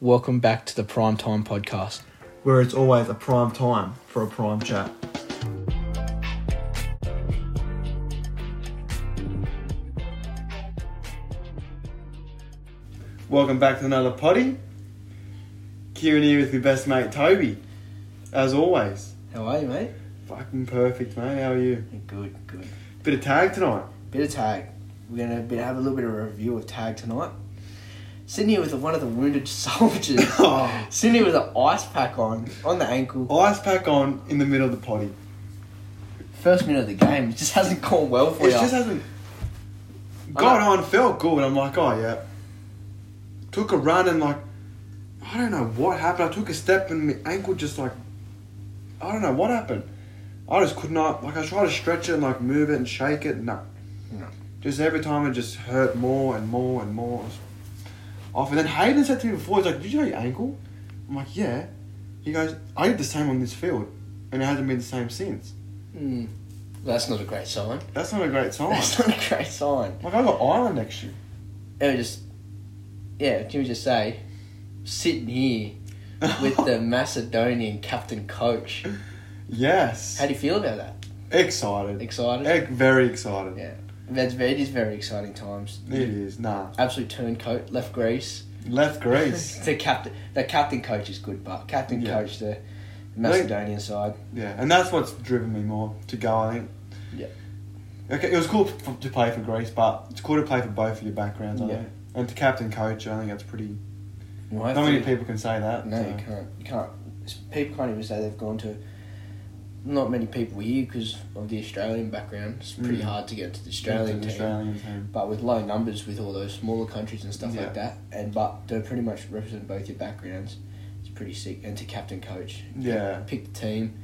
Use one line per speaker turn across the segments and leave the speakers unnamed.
Welcome back to the Prime Time Podcast.
where it's always a prime time for a prime chat. Welcome back to another potty. Kieran here with my best mate Toby, as always.
How are you, mate?
Fucking perfect, mate. How are you?
Good, good.
Bit of tag tonight.
Bit of tag. We're gonna be, have a little bit of a review of tag tonight. Sitting here with one of the wounded soldiers.
Oh.
Sitting here with an ice pack on on the ankle.
Ice pack on in the middle of the potty.
First minute of the game, it just hasn't gone well for
It
you.
just hasn't. Got on, felt good. I'm like, oh yeah. Took a run and like, I don't know what happened. I took a step and my ankle just like, I don't know what happened. I just could not like. I tried to stretch it and like move it and shake it. No.
No.
Just every time it just hurt more and more and more. It was Off and then Hayden said to me before, he's like, "Did you know your ankle?" I'm like, "Yeah." He goes, "I did the same on this field, and it hasn't been the same since."
Mm. That's not a great sign.
That's not a great sign.
That's not a great sign.
Like I got Ireland next year.
It was just, yeah, can we just say, sitting here with the Macedonian captain coach.
Yes.
How do you feel about that?
excited.
Excited?
Ec- very excited.
Yeah. That's very, it is very exciting times.
It is. Nah.
Absolute turncoat, left Greece.
Left Greece.
the captain, the captain coach is good, but captain
Yeah.
coach the Macedonian side.
yeah. And that's what's driven me more to go, I think.
Yeah.
Okay, it was cool f- to play for Greece, but it's cool to play for both of your backgrounds, I
Yeah.
think. And to captain coach, I think that's pretty.
Why
Not many people can say that.
No,
so.
you can't. You can't. People can't even say they've gone to. Not many people here because of the Australian background. It's pretty
Mm.
hard to get into the
Yeah,
Australian
the
team.
Australian team.
But with low numbers, with all those smaller countries and stuff
Yeah.
like that, and but they pretty much represent both your backgrounds. It's pretty sick. And to captain coach,
Yeah.
pick the team.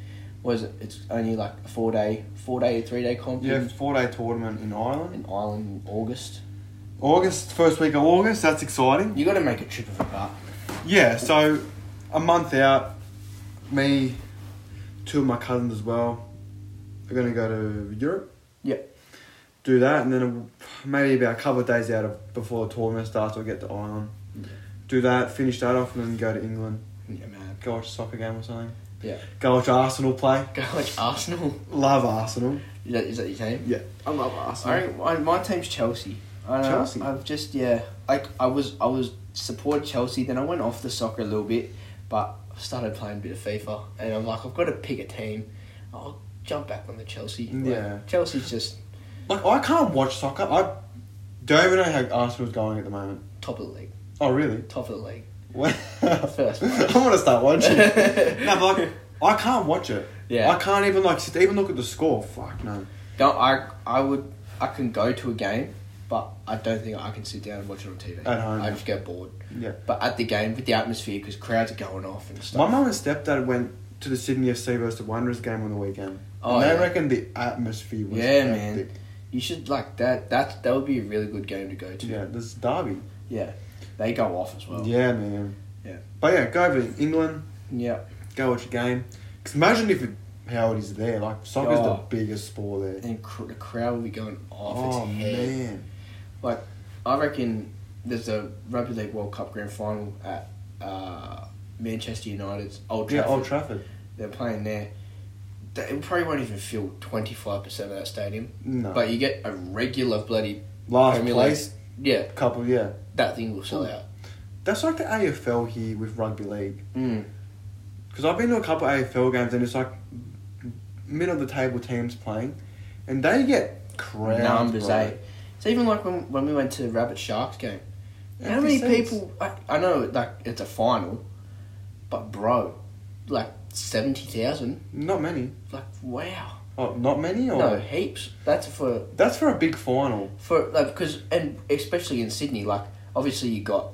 Was it? It's only like a four day, four day, three day comp
Yeah,
in-
four day tournament in Ireland.
in Ireland in August.
August, first week of August, that's exciting.
You got to make a trip of it, but
Yeah, so a month out, me, two of my cousins as well, are going to go to Europe.
Yep.
Do that, and then maybe about a couple of days out of before the tournament starts, I'll get to Ireland. Do that, finish that off, and then go to England.
yeah, man.
Go watch a soccer game or something.
Yeah.
Go watch Arsenal play.
Go watch Arsenal.
Love Arsenal.
Is that, is that your team?
Yeah. I love
I, don't- I, my team's Chelsea. I don't know,
Chelsea?
I've just yeah, like I was I was supported Chelsea. Then I went off the soccer a little bit, but I started playing a bit of FIFA, and I'm like I've got to pick a team. I'll jump back on the Chelsea. Like,
Yeah.
Chelsea's just
Like, I can't watch soccer. I don't even know how Arsenal's going at the moment.
top of the league,
Oh, really?
top of the league.
Wow.
First one.
I'm gonna start watching. no, but like, I can't watch it.
Yeah.
I can't even like sit, even look at the score. Fuck no.
Don't I? I would I can go to a game, but I don't think I can sit down and watch it on TV.
At home.
I just get bored.
Yeah.
But at the game with the atmosphere, because crowds are going off and stuff.
My mum and stepdad went to the Sydney FC versus the Wanderers game on the weekend.
Oh,
and they
yeah.
reckon the atmosphere was
Yeah, man.
hectic.
You should like that. That that would be a really good game to go to.
Yeah, this is derby.
Yeah. They go off as well.
Yeah, man.
Yeah.
But yeah, go over to England,
Yeah.
go watch a game. Because imagine if it, how it is there. Like, soccer's
Oh.
the biggest sport there.
And cr- the crowd will be going off
oh,
its head.
man.
I reckon there's a Rugby League World Cup grand final at uh, Manchester United's Old
Yeah,
Trafford.
Old Trafford.
They're playing there. They it probably won't even fill 25% of that stadium.
No.
But you get a regular bloody.
Last
Premier
place,
Yeah,
couple, yeah.
that thing will sell out.
That's like the AFL here with rugby league.
Mm.
Because I've been to a couple AFL games and it's like middle of the table teams playing, and they get crowds.
numbers,
bro.
eh? So even like when, when we went to Rabbit Sharks game, how
Fifty
many
cents.
people? I, I know like it's a final, but bro, like seventy thousand.
Not many.
Like wow,
Oh, not many. Or
no heaps. That's for
that's for a big final.
for like because and especially in Sydney, like obviously you got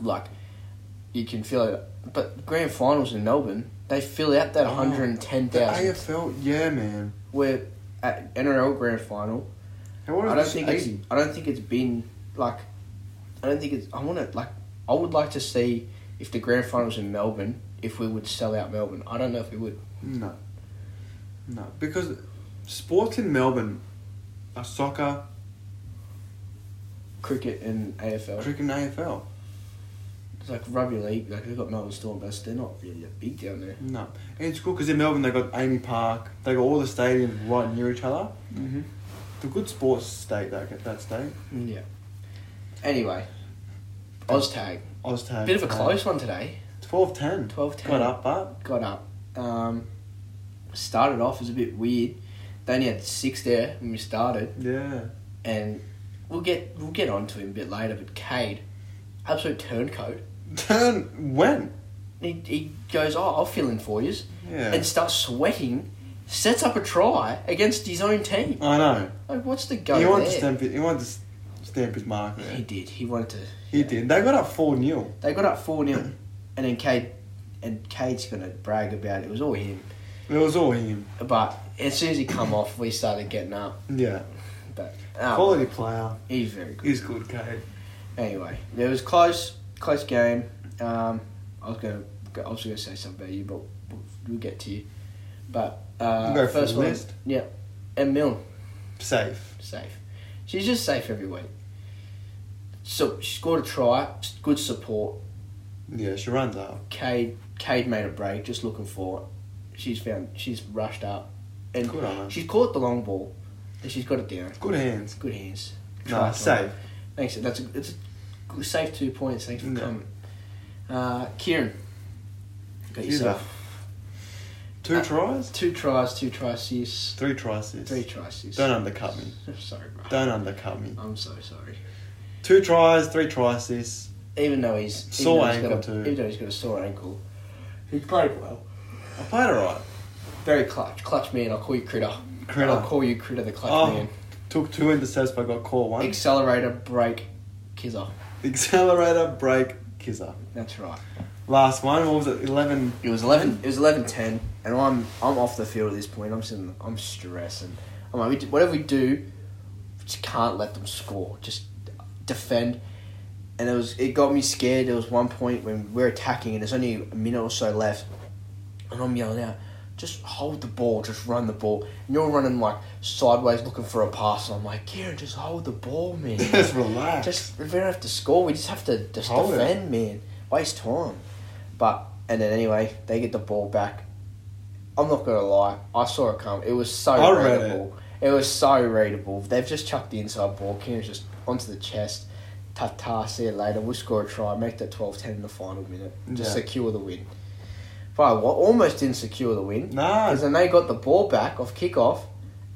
like you can fill it, but grand finals in Melbourne they fill out that
Oh,
one hundred and ten
The
thousand.
AFL, yeah, man.
Where at NRL grand final.
How old
I
is
don't
this?
think it's, I don't think it's been like I don't think it's I want to like I would like to see if the grand finals in Melbourne if we would sell out Melbourne I don't know if we would
No, no, because sports in Melbourne are soccer,
cricket and AFL Oh.
cricket, and AFL.
It's like rugby league, like they've got Melbourne Storm, but they're not really that big down there.
No. And it's cool because in Melbourne they've got Amy Park, they've got all the stadiums right near each other.
Mm-hmm.
It's a good sports state, that, that state.
Yeah. Anyway, OzTag.
Oztag.
Bit of a close one today.
12 10.
12-10.
Got up, but.
Got up. Um, started off as a bit weird. They only had six there when we started,
Yeah.
and we'll get we'll get onto him a bit later. But Cade, absolute turncoat.
Turn. When?
He, he goes, oh, I'll fill in for yous,
Yeah.
and starts sweating. Sets up a try against his own team.
I know.
Like, what's the go
he, wanted to
there?
stamp his, he wanted to s- stamp his mark there.
He did. He wanted to.
He did. They got up 4 0.
They got up four 0 and then Cade, and Cade's gonna brag about it. It was all him.
It was all him.
But as soon as he come off, we started getting up.
Yeah.
But um,
Quality player.
he's very good.
He's good, Cade.
Anyway, it was close, close game. Um, I was gonna, I was gonna say something about you, but we'll- we'll get to you. But uh,
We'll go for
first
the
one,
list.
yeah, and Milne
Safe.
safe. She's just safe every week. So she scored a try, good support.
Yeah, she runs up.
Cade Cade made a break, just looking for it. She's found she's rushed up, and
Good on her.
she's caught the long ball, and she's got it down.
Good hands.
Good hands.
No,
Triathlon.
safe.
Thanks. That's a, it's a g- safe two points. Thanks for
Yeah.
coming. Uh, Kieran, got
He's
yourself
Two
Uh,
tries?
two tries, two tries, assists,
Three tries. sis.
three tries. assists.
Don't undercut me.
sorry, bro.
Don't undercut me.
I'm so sorry.
Two tries, three tries, sis.
Even though he's even
Sore
though he's got
ankle
a,
too.
Even though he's got a sore ankle, he played well.
I played alright.
Very clutch, clutch man. I'll call you critter.
Critter.
I'll call you critter, the clutch
Oh,
man.
Took two intercepts but got caught one.
Accelerator, brake, kisser.
Accelerator, brake, kisser.
That's right.
Last one, what was it? 11.
It was eleven. It was eleven ten, and I'm I'm off the field at this point. I'm sitting, I'm stressing. I'm like, we do, whatever we do, just can't let them score. Just defend. And it was it got me scared. There was one point when we're attacking, and there's only a minute or so left, and I'm yelling out, "Just hold the ball, just run the ball." And you're running like sideways looking for a pass, and I'm like, "Kieran, just hold the ball, man."
Just relax.
Just we don't have to score. We just have to just
Hold it.
defend, man. Waste time. But and then anyway, they get the ball back. I'm not gonna lie. I saw it come. It was so
I read
readable. It. was so readable. They've just chucked the inside ball. Kieran's just onto the chest. Ta ta. See you later. We'll score a try. Make that 12-10 in the final minute. Just
Yeah.
secure the win. But what almost didn't secure the win.
Nah.
Because then they got the ball back off kickoff,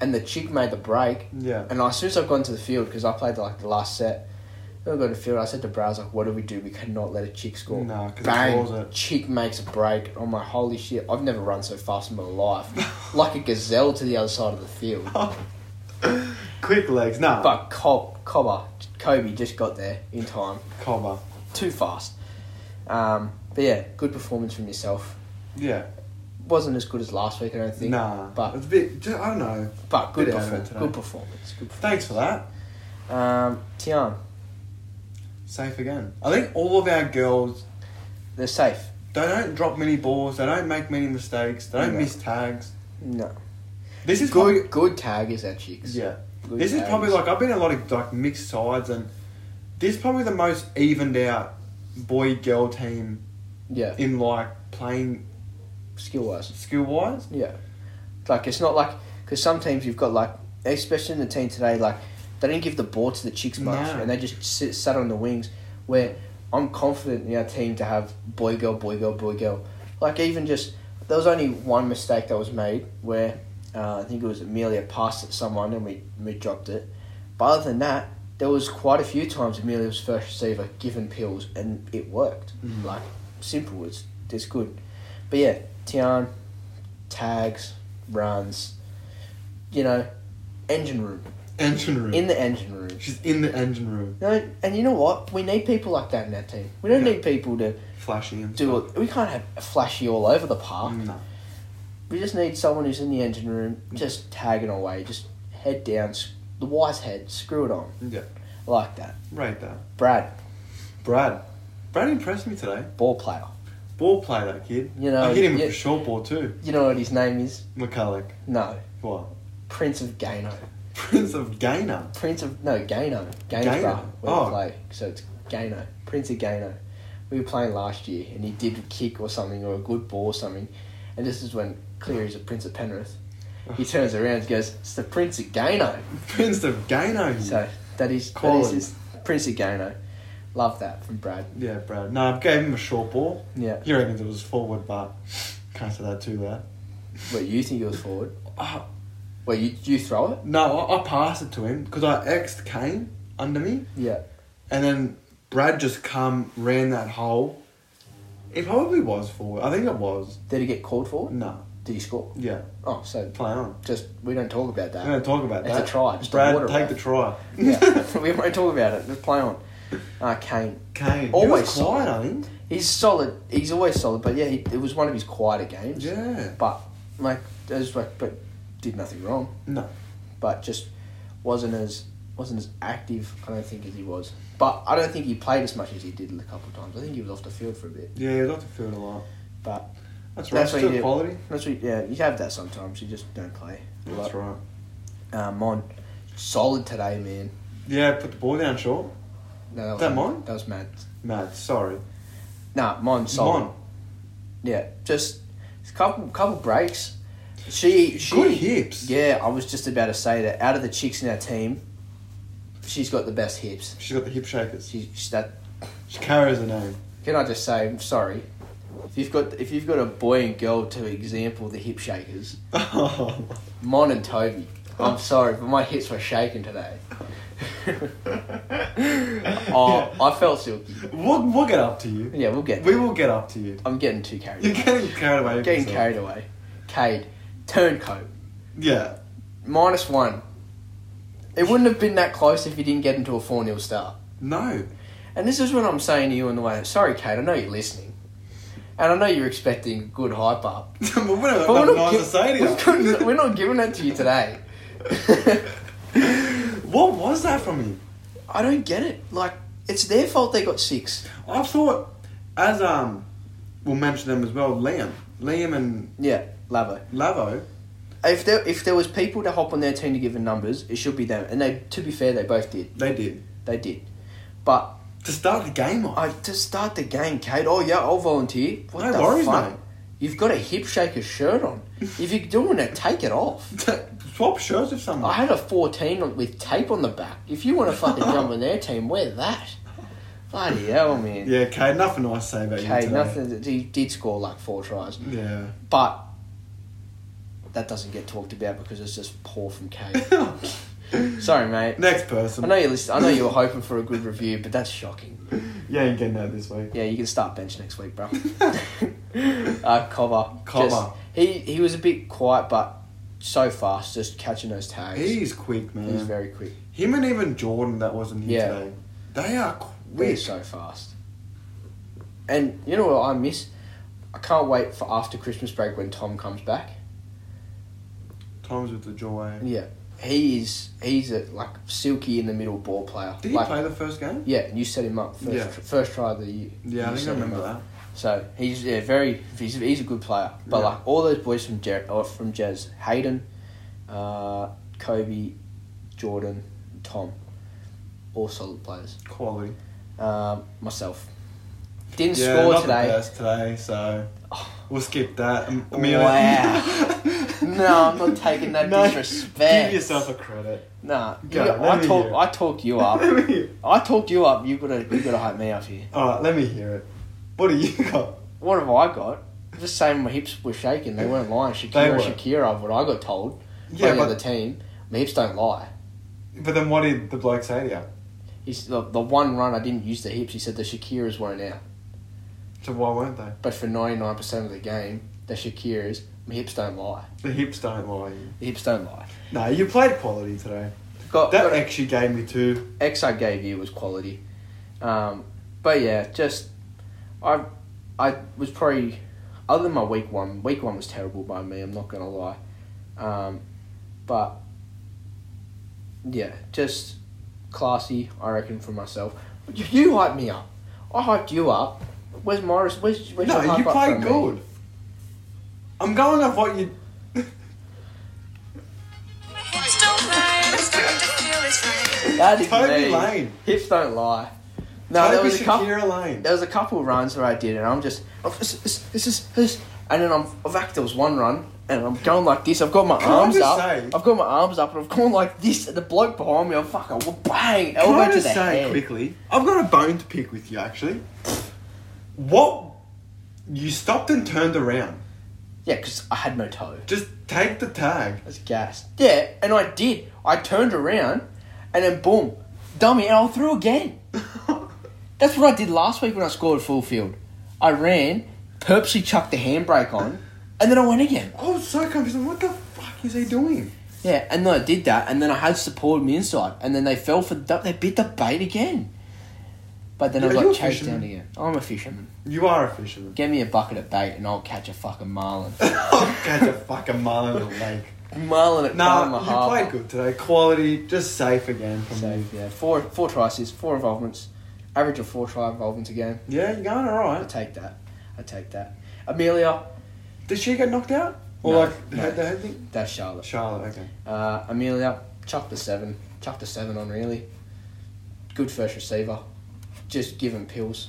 and the chick made the break.
Yeah.
And as soon as I've gone to the field, because I played like the last set, when I got to the field, I said to Browse, like, what do we do? We cannot let a chick score.
Nah, 'cause it
Bang,
draws it.
chick makes a break. Oh my, holy shit, I've never run so fast in my life. like a gazelle to the other side of the field.
Quick legs. Nah.
But Cob, Cobber, Kobe just got there in time.
Comma.
Too fast. Um, but yeah, good performance from yourself.
Yeah.
Wasn't as good as last week, I don't think.
Nah.
But,
it's a bit, ju- I don't know.
but good,
bit out of it
performance,
today.
good performance. Good performance.
Thanks for that.
Um, Tian,
Safe again. I think all of our girls,
they're safe.
they don't drop many balls, they don't make many mistakes, they don't
Yeah.
miss tags.
No.
This is probably,
good good tag is our chicks.
yeah.
Good
this is
tags.
probably like I've been in a lot of like mixed sides, and this is probably the most evened out boy girl team
yeah
in like playing
skill wise.
skill wise.
Yeah, like it's not like because sometimes you've got like especially in the team today like they didn't give the ball to the chicks much
No.
and they just sit sat on the wings. Where I'm confident in our team to have boy girl boy girl boy girl. Like even just there was only one mistake that was made where uh, I think it was Amelia passed it to someone and we we dropped it. But other than that. There was quite a few times Amelia was first receiver given pills and it worked. Like simple, it's it's good. But yeah, Tian, tags, runs, you know, engine room.
Engine room.
In the engine room.
She's in the engine room,
No, and you know what? We need people like that in our team. We don't
Yeah.
need people to
flashing and
do
stuff.
it. We can't have flashy all over the park.
No.
We just need someone who's in the engine room, just tagging away, just head down, s- the wise head, screw it on,
Yeah.
like that.
Right there.
Brad,
Brad. Brad impressed me today.
ball player.
Ball play that kid.
You know,
I hit him
yeah.
with a short ball too.
You know what his name is?
McCulloch.
No,
What?
Prince of Gano.
Prince of Gainer.
Prince of no Gano,
Gano?
Gainsborough, where we
Oh.
play. So it's Gano, Prince of Gano. we were playing last year and he did a kick or something or a good ball or something. And this is when Clear is a Prince of Penrith. He turns around and goes, It's the Prince of Gano.
Prince of Gano. you-
So that is, that is
Quality.
his Prince of Gano. Love that from Brad.
yeah, Brad. No, I gave him a short ball.
Yeah.
He reckons it was forward, but can't say that too loud.
Where you think it was forward.
Uh,
Where you, you throw it?
no, I, I passed it to him because I X'd Kane under me,
Yeah.
and then Brad just come ran that hole. It probably was forward. I think it was.
Did he get called for it?
No.
Did he score?
Yeah.
Oh, so
Play on.
just, we don't talk about that.
I'm going to talk about
It's
that.
a try, just a
Brad,
water
take
ride.
the try.
yeah, we won't talk about it. Just play on. Uh, Kane.
Kane.
Always
Always was quiet, I think.
He's solid. He's always solid, but yeah, he, it was one of his quieter games.
Yeah.
But like, it was like, but did nothing wrong.
No.
But just wasn't as wasn't as active. I don't think as he was. But I don't think he played as much as he did a couple of times. I think he was off the field for a bit.
Yeah, he was off the field a lot.
But
That's right.
That's what you
Still
do.
quality.
that's what, yeah, you have that sometimes. You just don't play. a lot.
That's right.
Uh, Mon, solid today, man.
Yeah, put the ball down short.
No, that was
That Mon?
That was mad.
Matt, sorry.
Nah, Mon solid.
Mon.
Yeah, just a couple couple breaks. She she
Good hips.
Yeah, I was just about to say that. Out of the chicks in our team, she's got the best hips.
She's got the hip shakers.
She, she that
She carries a name.
can I just say? I'm sorry. If you've got if you've got a boy and girl to example the hip shakers,
Oh.
Mon and Toby. I'm sorry, but my hips were shaking today. oh, I felt silky.
We'll, we'll get up to you.
Yeah, we'll get.
We will get up to you.
I'm getting too carried.
You're
away.
getting carried away. with
Getting
yourself.
carried away. Cade, turncoat.
Yeah.
minus one. It wouldn't have been that close if you didn't get into a 4 0 start.
No.
And this is what I'm saying to you on the way. Sorry, Kate, I know you're listening. And I know you're expecting good hype up.
we don't have
But
nothing
we're
nice
not, gi-
to say to
we're,
you.
not, we're not giving that to you today.
what was that from you?
I don't get it. Like, it's their fault they got six.
I thought, as um, we'll mention them as well, Liam. Liam and
Yeah, Lavo.
Lavo.
If there, if there was people to hop on their team to give them numbers, it should be them. And they, to be fair, they both did.
They did.
They did. But
To start the game off.
I to start the game, Kate. Oh yeah, I'll volunteer. What
No
the
worries,
fuck?
mate.
You've got a hip shaker shirt on. If you're doing it, take it off.
Swap shirts with
I
someone.
had a 14 on- with tape on the back. If you want to fucking jump on their team, wear that. Bloody hell, man.
yeah, Kate, nothing nice to say about you
Okay,
today.
nothing. He did score like four tries,
Yeah.
but that doesn't get talked about because it's just poor from Kate. Sorry, mate.
Next
I
person.
know you listen. I know you were hoping for a good review, but that's shocking.
You ain't getting that this week.
Yeah, you can start bench next week, bro. uh, Cover.
Cover.
he he was a bit quiet, but so fast, just catching those tags.
He's quick, man.
He's very quick.
Him and even Jordan, that wasn't him
Yeah.
today. They are
We're
quick.
so fast. And you know what I miss? I can't wait for after Christmas break when Tom comes back.
Times with the joy.
Yeah, he is. He's a like silky in the middle ball player.
Did he
like,
play the first game?
Yeah, you set him up first.
Yeah.
First try of the year.
Yeah,
you
I think
set
I
him
remember
up.
that.
So he's yeah, very he's, he's a good player. But
Yeah.
like all those boys from Jer- or from Jazz, Hayden, uh, Kobe, Jordan, Tom, all solid players.
Quality.
Um, myself didn't
Yeah,
score
not the
today. Oh.
best today, so we'll skip that. Am- Amelia.
Wow. no, I'm not taking that
No,
disrespect.
Give yourself a credit.
Nah, you
Go,
got-
let
I
me
talk.
hear it.
I talk you up.
let me hear.
I talked you up. You gotta. You gotta hype me up here.
All right, let me hear it. What do you got?
What have I got? Just saying, my hips were shaking. They weren't lying.
They
Shakira,
were.
Shakira. What I got told.
Yeah,
playing
but,
the other team. My hips don't lie.
but then what did the bloke say to you?
He's the, the one run I didn't use the hips. He said the Shakiras weren't out,
So why weren't they?
but for ninety nine percent of the game, the Shakiras, my hips don't lie.
The hips don't lie.
The hips don't lie.
No, you played quality today.
Got,
That
got
actually gave me two.
X I gave you was quality, um, but yeah, just I I was probably other than my week one. Week one was terrible by me. I'm not gonna lie, um, but yeah, just classy. I reckon for myself. You, you hyped me up. I hyped you up. Where's Morris? Where's, where's your
No,
hype
you
up
played
from me?
good. I'm going off what you.
Hips don't lie, I'm starting to feel it's right.
That is
Toby
me.
Lane.
Hips don't lie. No,
Toby
there was a couple.
Shakira Lane.
There was a couple runs where I did, and I'm just I'm, this, this, this is this, and then I'm in fact there was one run, and I'm going like this. I've got my
Can I
arms
just
up.
say-
I've got my arms up, and I've gone like this. And the bloke behind me, I'm fucking well, bang
Can
elbow
I
to
just
the
say
head.
quickly? I've got a bone to pick with you, actually. What? You stopped and turned around.
Yeah, because I had no toe.
Just take the tag.
I was gassed. Yeah, and I did. I turned around, and then boom, dummy, and I threw again. That's what I did last week when I scored full field. I ran, purposely chucked the handbrake on, and then I went again.
I was so confused. What the fuck is he doing?
Yeah, and then I did that, and then I had support me inside, and then they fell for the, they bit the bait again. But then I
Yeah,
was
you're a
like chased
fisherman.
down again. I'm a fisherman.
You are a fisherman.
Get me a bucket of bait, and I'll catch a fucking marlin.
Catch a fucking marlin in the lake.
marlin at
Nah,
Palmer
you
Harbour.
played good today. Quality, just safe again from
So
me.
yeah, four four tries, is four involvements, average of four try involvements a game.
Yeah, you're going
I
alright.
take that. I take that. Amelia,
Did she get knocked out? Or
No,
like the
no.
head, the head thing?
that's Charlotte.
Charlotte, okay.
Uh, Amelia, chucked the seven, chucked the seven on really. Good first receiver, just give him pills.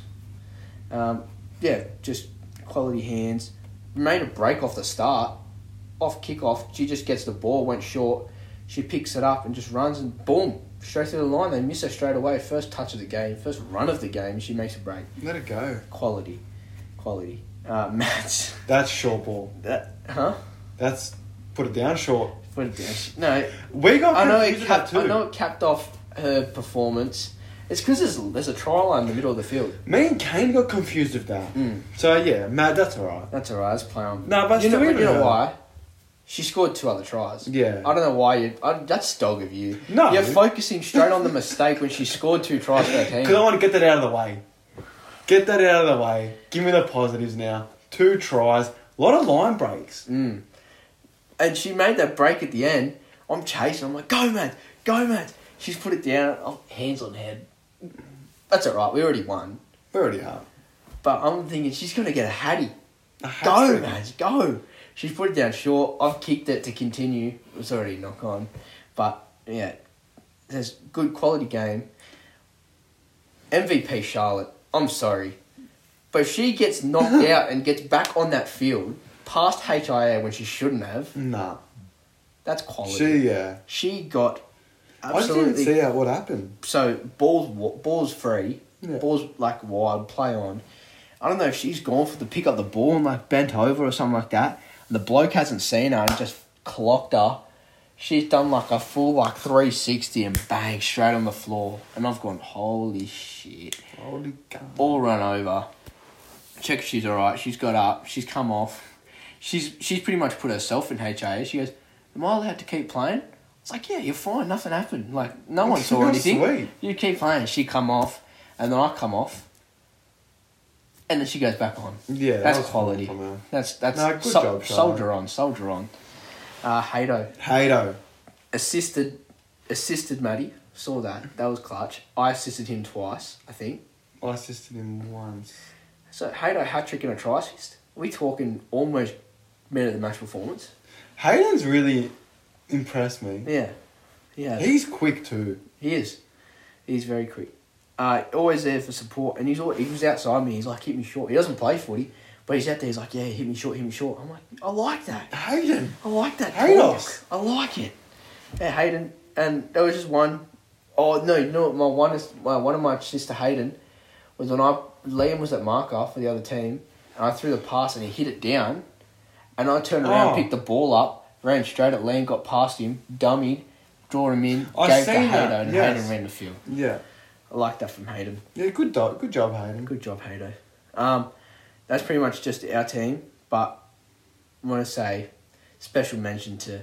Um, yeah, just quality hands. Made a break off the start, off kickoff. She just gets the ball, went short. She picks it up and just runs and boom, straight through the line. They miss her straight away. First touch of the game, first run of the game. She makes a break.
Let it go.
quality, quality. Uh, Matt,
That's short ball.
that huh?
That's put it down short.
What a dash! No,
We got
I know it
confused about
capped. I
two.
know it capped off her performance. It's because there's, there's a trial line in the middle of the field.
Me and Kane got confused with that.
Mm.
So yeah, Matt, that's alright.
That's alright. Let's play on.
No, but
you know,
still,
you know
yeah.
why? She scored two other tries.
Yeah.
I don't know why you. I, that's dog of you.
No.
You're focusing straight on the mistake when she scored two tries for her
Because I
team.
want to get that out of the way. Get that out of the way. Give me the positives now. Two tries. A lot of line breaks.
Mm. And she made that break at the end. I'm chasing. I'm like, go, man, go, man. She's put it down. Oh, hands on head. That's all right. We already won.
We already are.
But I'm thinking she's gonna get a hattie.
A hat
Go,
trick.
man, go. She's put it down short. I've kicked it to continue. It was already knock on, but yeah, there's good quality game. MVP Charlotte. I'm sorry, but if she gets knocked out and gets back on that field past HIA when she shouldn't have.
Nah.
That's quality. She,
She, yeah.
got
I just
absolutely
didn't see how, what happened.
so balls wa- balls free,
Yeah.
balls like wide, play on. I don't know if she's gone for the pick up the ball and like bent over or something like that. And the bloke hasn't seen her and just clocked her. She's done like a full like three sixty and bang straight on the floor. And I've gone holy shit.
Holy God.
All run over. Check if she's alright. She's got up. She's come off. She's she's pretty much put herself in HIA. She goes, Am I allowed to keep playing? It's like, yeah, you're fine, nothing happened. Like no one saw
That's
anything.
sweet.
You keep playing, she come off, and then I come off. And then she goes back on.
Yeah, that
that's
was
quality.
cool from her.
That's that's
No, good
sol-
job, Charlotte.
soldier on, soldier on. Uh Hato.
Hato.
Assisted assisted Maddie. Saw that. That was clutch. I assisted him twice, I think.
I assisted him once.
So Hato hat trick and a try assist. Are we talking almost man of the match performance?
Hayden's really impressed me.
Yeah, yeah, he,
He's quick too.
is. He's very quick. Uh, always there for support, and he's always, he was outside me. He's like hit me short. He doesn't play footy, but he's out there. He's like yeah, hit me short, hit me short. I'm like I like that.
Hayden.
I like that.
Haydos.
talk. I like it. Yeah, Hayden, and there was just one oh no, you know what, my one is my, one of my sister Hayden was when I Liam was at marker for the other team, and I threw the pass and he hit it down, and I turned around,
Oh.
picked the ball up, ran straight at Liam, got past him, dummied, drawn him in,
I
gave to
seen
Hayden,
that,
and
yes.
Hayden ran the field.
Yeah.
I like that from Hayden.
Yeah, good do- good job, Hayden.
Good job, Hato. Um, that's pretty much just our team, but I want to say special mention to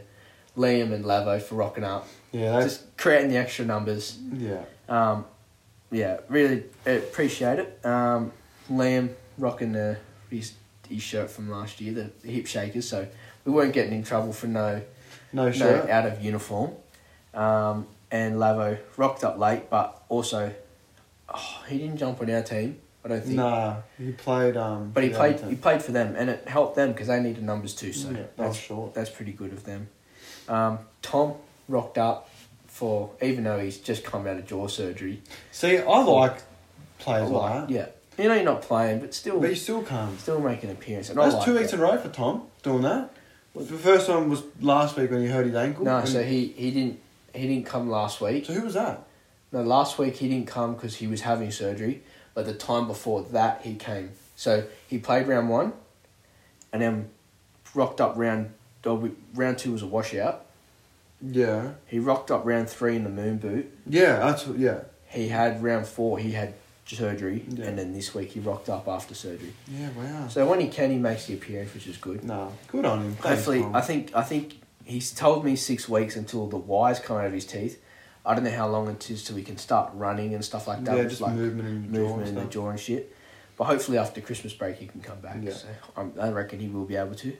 Liam and Lavo for rocking up,
Yeah, that's
just creating the extra numbers.
yeah.
Um, yeah, really appreciate it. Um, Liam rocking the, his, his shirt from last year, the, the hip shakers, so we weren't getting in trouble for no
No
no,
shirt.
out of uniform. Um, and Lavo rocked up late, but also oh, he didn't jump on our team. I don't think.
Nah, he played. Um,
But he
yeah,
played.
I
He
think.
played for them, and it helped them because they needed numbers too. So
Yeah, that was
that's
short.
That's pretty good of them. Um, Tom rocked up for even though he's just come out of jaw surgery.
See, I like play as well.
like,
huh?
yeah. You know you're not playing, but still,
But he still can't.
still make an appearance. And I
That's
like
two weeks
that.
in a row for Tom doing that. The first one was last week when he hurt his ankle.
No,
and-
so he, he didn't he didn't come last week.
So who was that?
No, last week he didn't come because he was having surgery. But the time before that he came. So he played round one, and then rocked up round. oh, we- Round two was a washout.
Yeah.
He rocked up round three in the moon boot.
Yeah, that's yeah.
He had round four. He had surgery,
Yeah.
and then this week he rocked up after surgery.
Yeah, wow.
So when he can, he makes the appearance, which is good.
no, good on him. Thanks,
Hopefully,
Tom.
I think I think he's told me six weeks until the wires come out of his teeth. I don't know how long it is till he can start running and stuff like that.
yeah,
with,
just
like
movement in the jaw
movement in
and
the
stuff.
jaw and shit. But hopefully after Christmas break he can come back.
Yeah.
So I'm, I reckon he will be able to.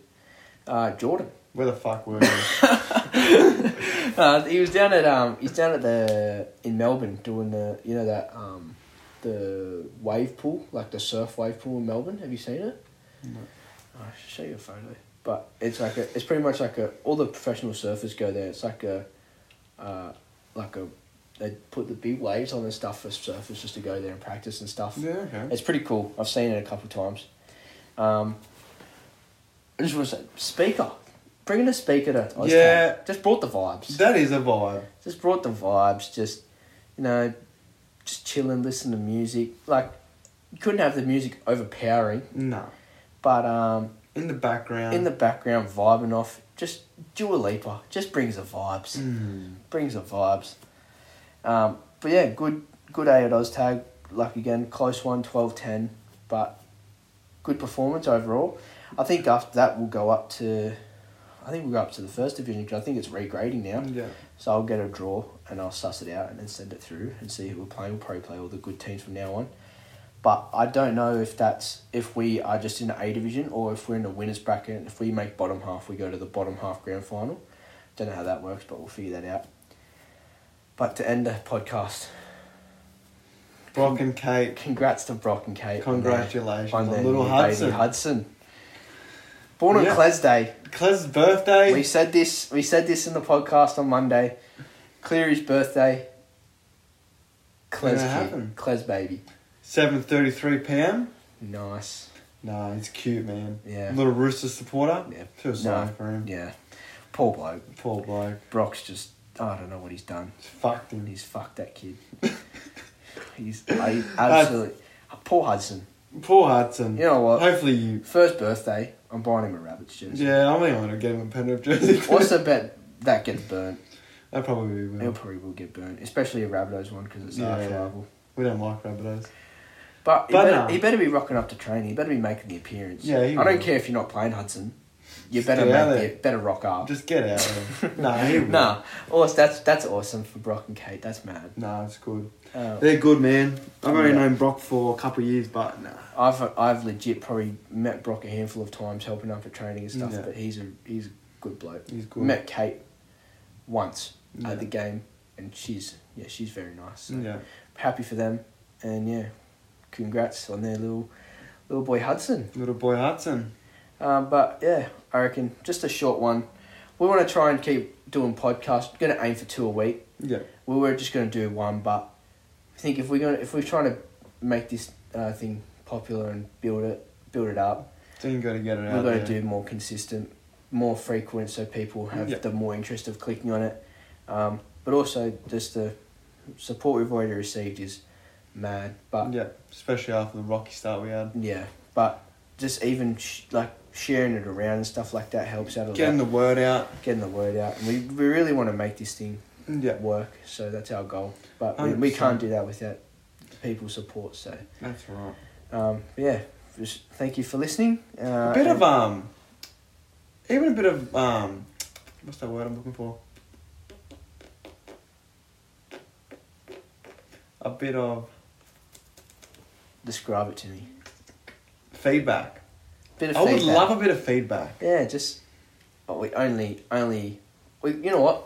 Uh, Jordan,
Where the fuck were you?
uh, he was down at um he's down at the in Melbourne doing the you know that um the wave pool like the surf wave pool in Melbourne. Have you seen it? Oh,
No.
I should show you a photo. But it's like a, it's pretty much like a all the professional surfers go there. It's like a, uh, like a, they put the big waves on and stuff for surfers just to go there and practice and stuff.
yeah, okay.
It's pretty cool. I've seen it a couple of times. Um, I just want to say, speaker. Bringing a speaker to Oztag.
Yeah.
Just brought the vibes.
That is a vibe.
just brought the vibes. Just, you know, just chilling, listen to music. Like, you couldn't have the music overpowering,
No.
but um,
In the background.
in the background, vibing off. Just Dua Lipa. Just brings the vibes.
Mm.
Brings the vibes. Um, but yeah, good good A at Oztag. Luck again, close one, 12 10. But good performance overall. I think after that, we'll go up to. I think we'll go up to the first division because I think it's regrading now.
Mm, Yeah.
So I'll get a draw and I'll suss it out and then send it through and see who we're playing. We'll probably play all the good teams from now on. But I don't know if that's if we are just in the A division or if we're in the winners bracket. If we make bottom half, we go to the bottom half grand final. Don't know how that works, but we'll figure that out. But to end the podcast,
Brock and Kate.
congrats to Brock and Kate. on their-
Congratulations
on
on,
their
little
new
Hudson.
baby Hudson. Born on
Yeah.
Class Day,
Claire's birthday.
We said this. We said this in the podcast on Monday. Cleary's birthday. Claire's
Gonna
kid.
happen.
Claire's baby.
7:33 p.m.
Nice.
Nah, he's cute, man.
Yeah.
Little Rooster supporter.
Yeah.
Feel sorry
No.
for him.
Yeah. Poor bloke.
Poor bloke.
Brock's just. I don't know what he's done.
Fucked him.
He's fucked that kid. he's I, absolutely. Poor Hudson.
Poor Hudson.
You know what?
Hopefully you.
First birthday. I'm buying him a rabbit's jersey.
Yeah, I think I'm gonna get him a Penrith jersey.
What's the bet that gets burnt?
I probably will.
He'll probably will get burnt, especially a Rabbitohs one because it's
Yeah,
arch
yeah.
rival.
We don't like Rabbitohs.
But,
But,
he, better,
uh,
he better be rocking up to training. He better be making the appearance.
Yeah, he
I don't
will.
care if you're not playing Hudson. You
Just
better
get out
make
there.
the, better rock up.
Just get out of him. nah, he will.
nah, awesome. That's that's awesome for Brock and Kate. That's mad.
Nah, it's good.
Uh,
They're good, man. I've only
Yeah.
known Brock for a couple of years, but nah.
I've I've legit probably met Brock a handful of times helping up at training and stuff.
Yeah.
But he's a he's a good bloke.
He's good.
Met Kate once
Yeah.
at the game, and she's yeah she's very nice. So
Yeah.
Happy for them, and yeah, congrats on their little little boy Hudson.
Little boy Hudson.
Um, but yeah, I reckon just a short one. We want to try and keep doing podcasts. Going to aim for two a week.
Yeah.
We were just going to do one, but I think if we're going, to if we're trying to make this uh, thing popular and build it, build it up,
So you gotta get it
we've
out
got
there.
to do more consistent, more frequent, so people have
Yeah.
the more interest of clicking on it. Um, but also just the support we've already received is mad. But
Yeah, especially after the rocky start we had.
yeah, but just even sh- like sharing it around and stuff like that helps out a lot.
Getting the word out.
getting the word out. And we, we really want to make this thing
Yeah,
work, so that's our goal. But we, we
100%.
can't do that without people's support. So,
that's right.
um, yeah, just thank you for listening. Uh,
A bit
and-
of um, even a bit of um, what's that word I'm looking for? A bit of
describe it to me.
feedback.
Bit of
I would
feedback.
love a bit of feedback.
Yeah, just oh, we only only we, you know what?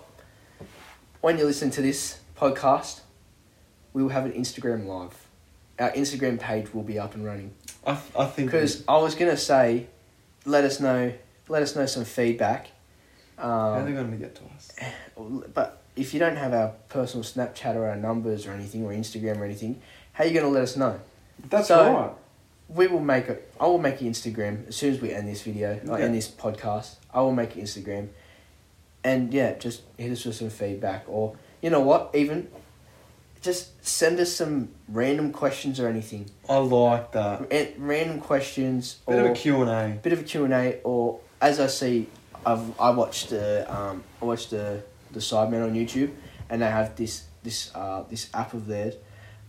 When you listen to this podcast, we will have an Instagram live. Our Instagram page will be up and running.
I, I think
Because I was gonna say, let us know, let us know some feedback.
how
Um,
they're going to get to us.
But if you don't have our personal Snapchat or our numbers or anything or Instagram or anything, How you going to let us know?
That's
So-
right.
We will make a. I will make an Instagram as soon as we end this video, or
Okay.
end this podcast. I will make an Instagram, and yeah, just hit us with some feedback, or you know what, even just send us some random questions or anything,
I like that.
Ran- random questions
Bit
or
of a Q and A.
bit of a Q and A, or as I see, I've I watched the um I watched the the Sidemen on YouTube, and they have this this uh this app of theirs,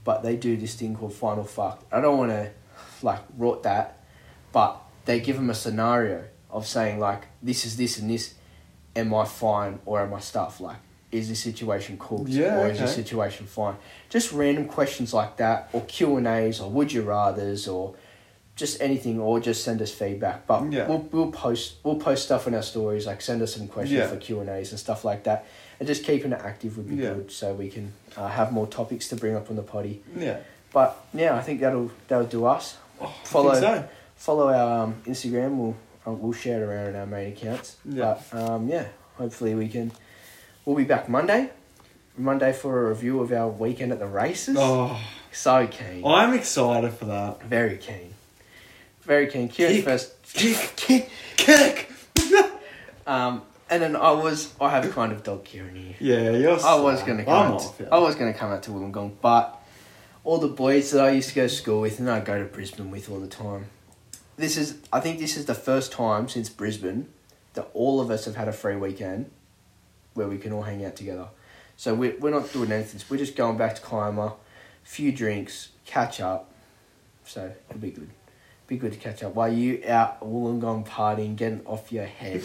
but they do this thing called Final Fuck. I don't want to like rot that, but they give them a scenario of saying like this is this and this, am I fine or am I stuff like. Is this situation cooked
Yeah,
or is this
okay.
situation fine? Just random questions like that, or Q and A's, or would you rather's, or just anything or just send us feedback but
Yeah.
we'll, we'll post we'll post stuff in our stories like send us some questions
Yeah.
for q and a's and stuff like that and just keeping it active would be
Yeah.
good so we can uh, have more topics to bring up on the potty
Yeah.
but yeah i think that'll that'll do us
Oh,
Follow-
I think so.
follow our um, instagram we'll um, we'll share it around in our main accounts
Yeah.
but um, yeah hopefully we can we'll be back monday monday for a review of our weekend at the races
Oh,
so keen
I'm excited for that.
very keen very keen Kieran's
Kick.
first
Kick, kick, kick.
Um, and then I was, I have kind of dog here and here.
Yeah, you're.
I was
sad.
gonna
I'm
come out.
off, yeah.
To, I was gonna come out to Wollongong, but all the boys that I used to go to school with and I go to Brisbane with all the time. This is, I think, this is the first time since Brisbane that all of us have had a free weekend where we can all hang out together. So we're we're not doing anything. We're just going back to Climber, few drinks, catch up. So it'll be good. Be good to catch up while you out Wollongong partying, getting off your head.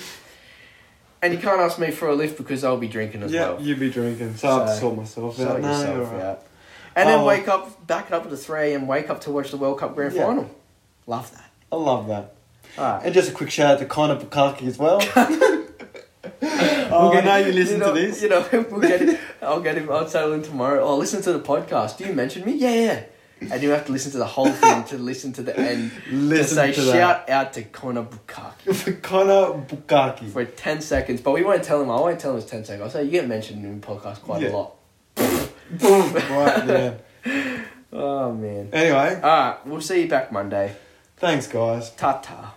And you can't ask me for a lift because I'll be drinking as
Yeah,
well.
you be drinking, so, I have to
So-
sort myself
Sort
out. No,
yourself
you're right.
out. And then
Oh.
wake up, back it up to three, and wake up to watch the World Cup Grand
Yeah.
Final. Love that.
I love that.
All right.
And just a quick shout out to Connor Bukaki as well. oh, I know you listen
know,
to this.
You know, we'll get him, I'll get him. I'll tell him tomorrow. Oh, listen to the podcast. Do you mention me? Yeah, yeah. And you have to listen to the whole thing to listen to the end.
Listen
to say
to that.
shout out to Connor Bukaki
For Connor Bukaki.
for ten seconds, but we won't tell him. I won't tell him it's ten seconds. I'll say you get mentioned in the podcast quite
Yeah.
a lot.
Boom. right there.
Oh man.
Anyway,
All right, we'll see you back Monday.
thanks, guys.
Ta ta.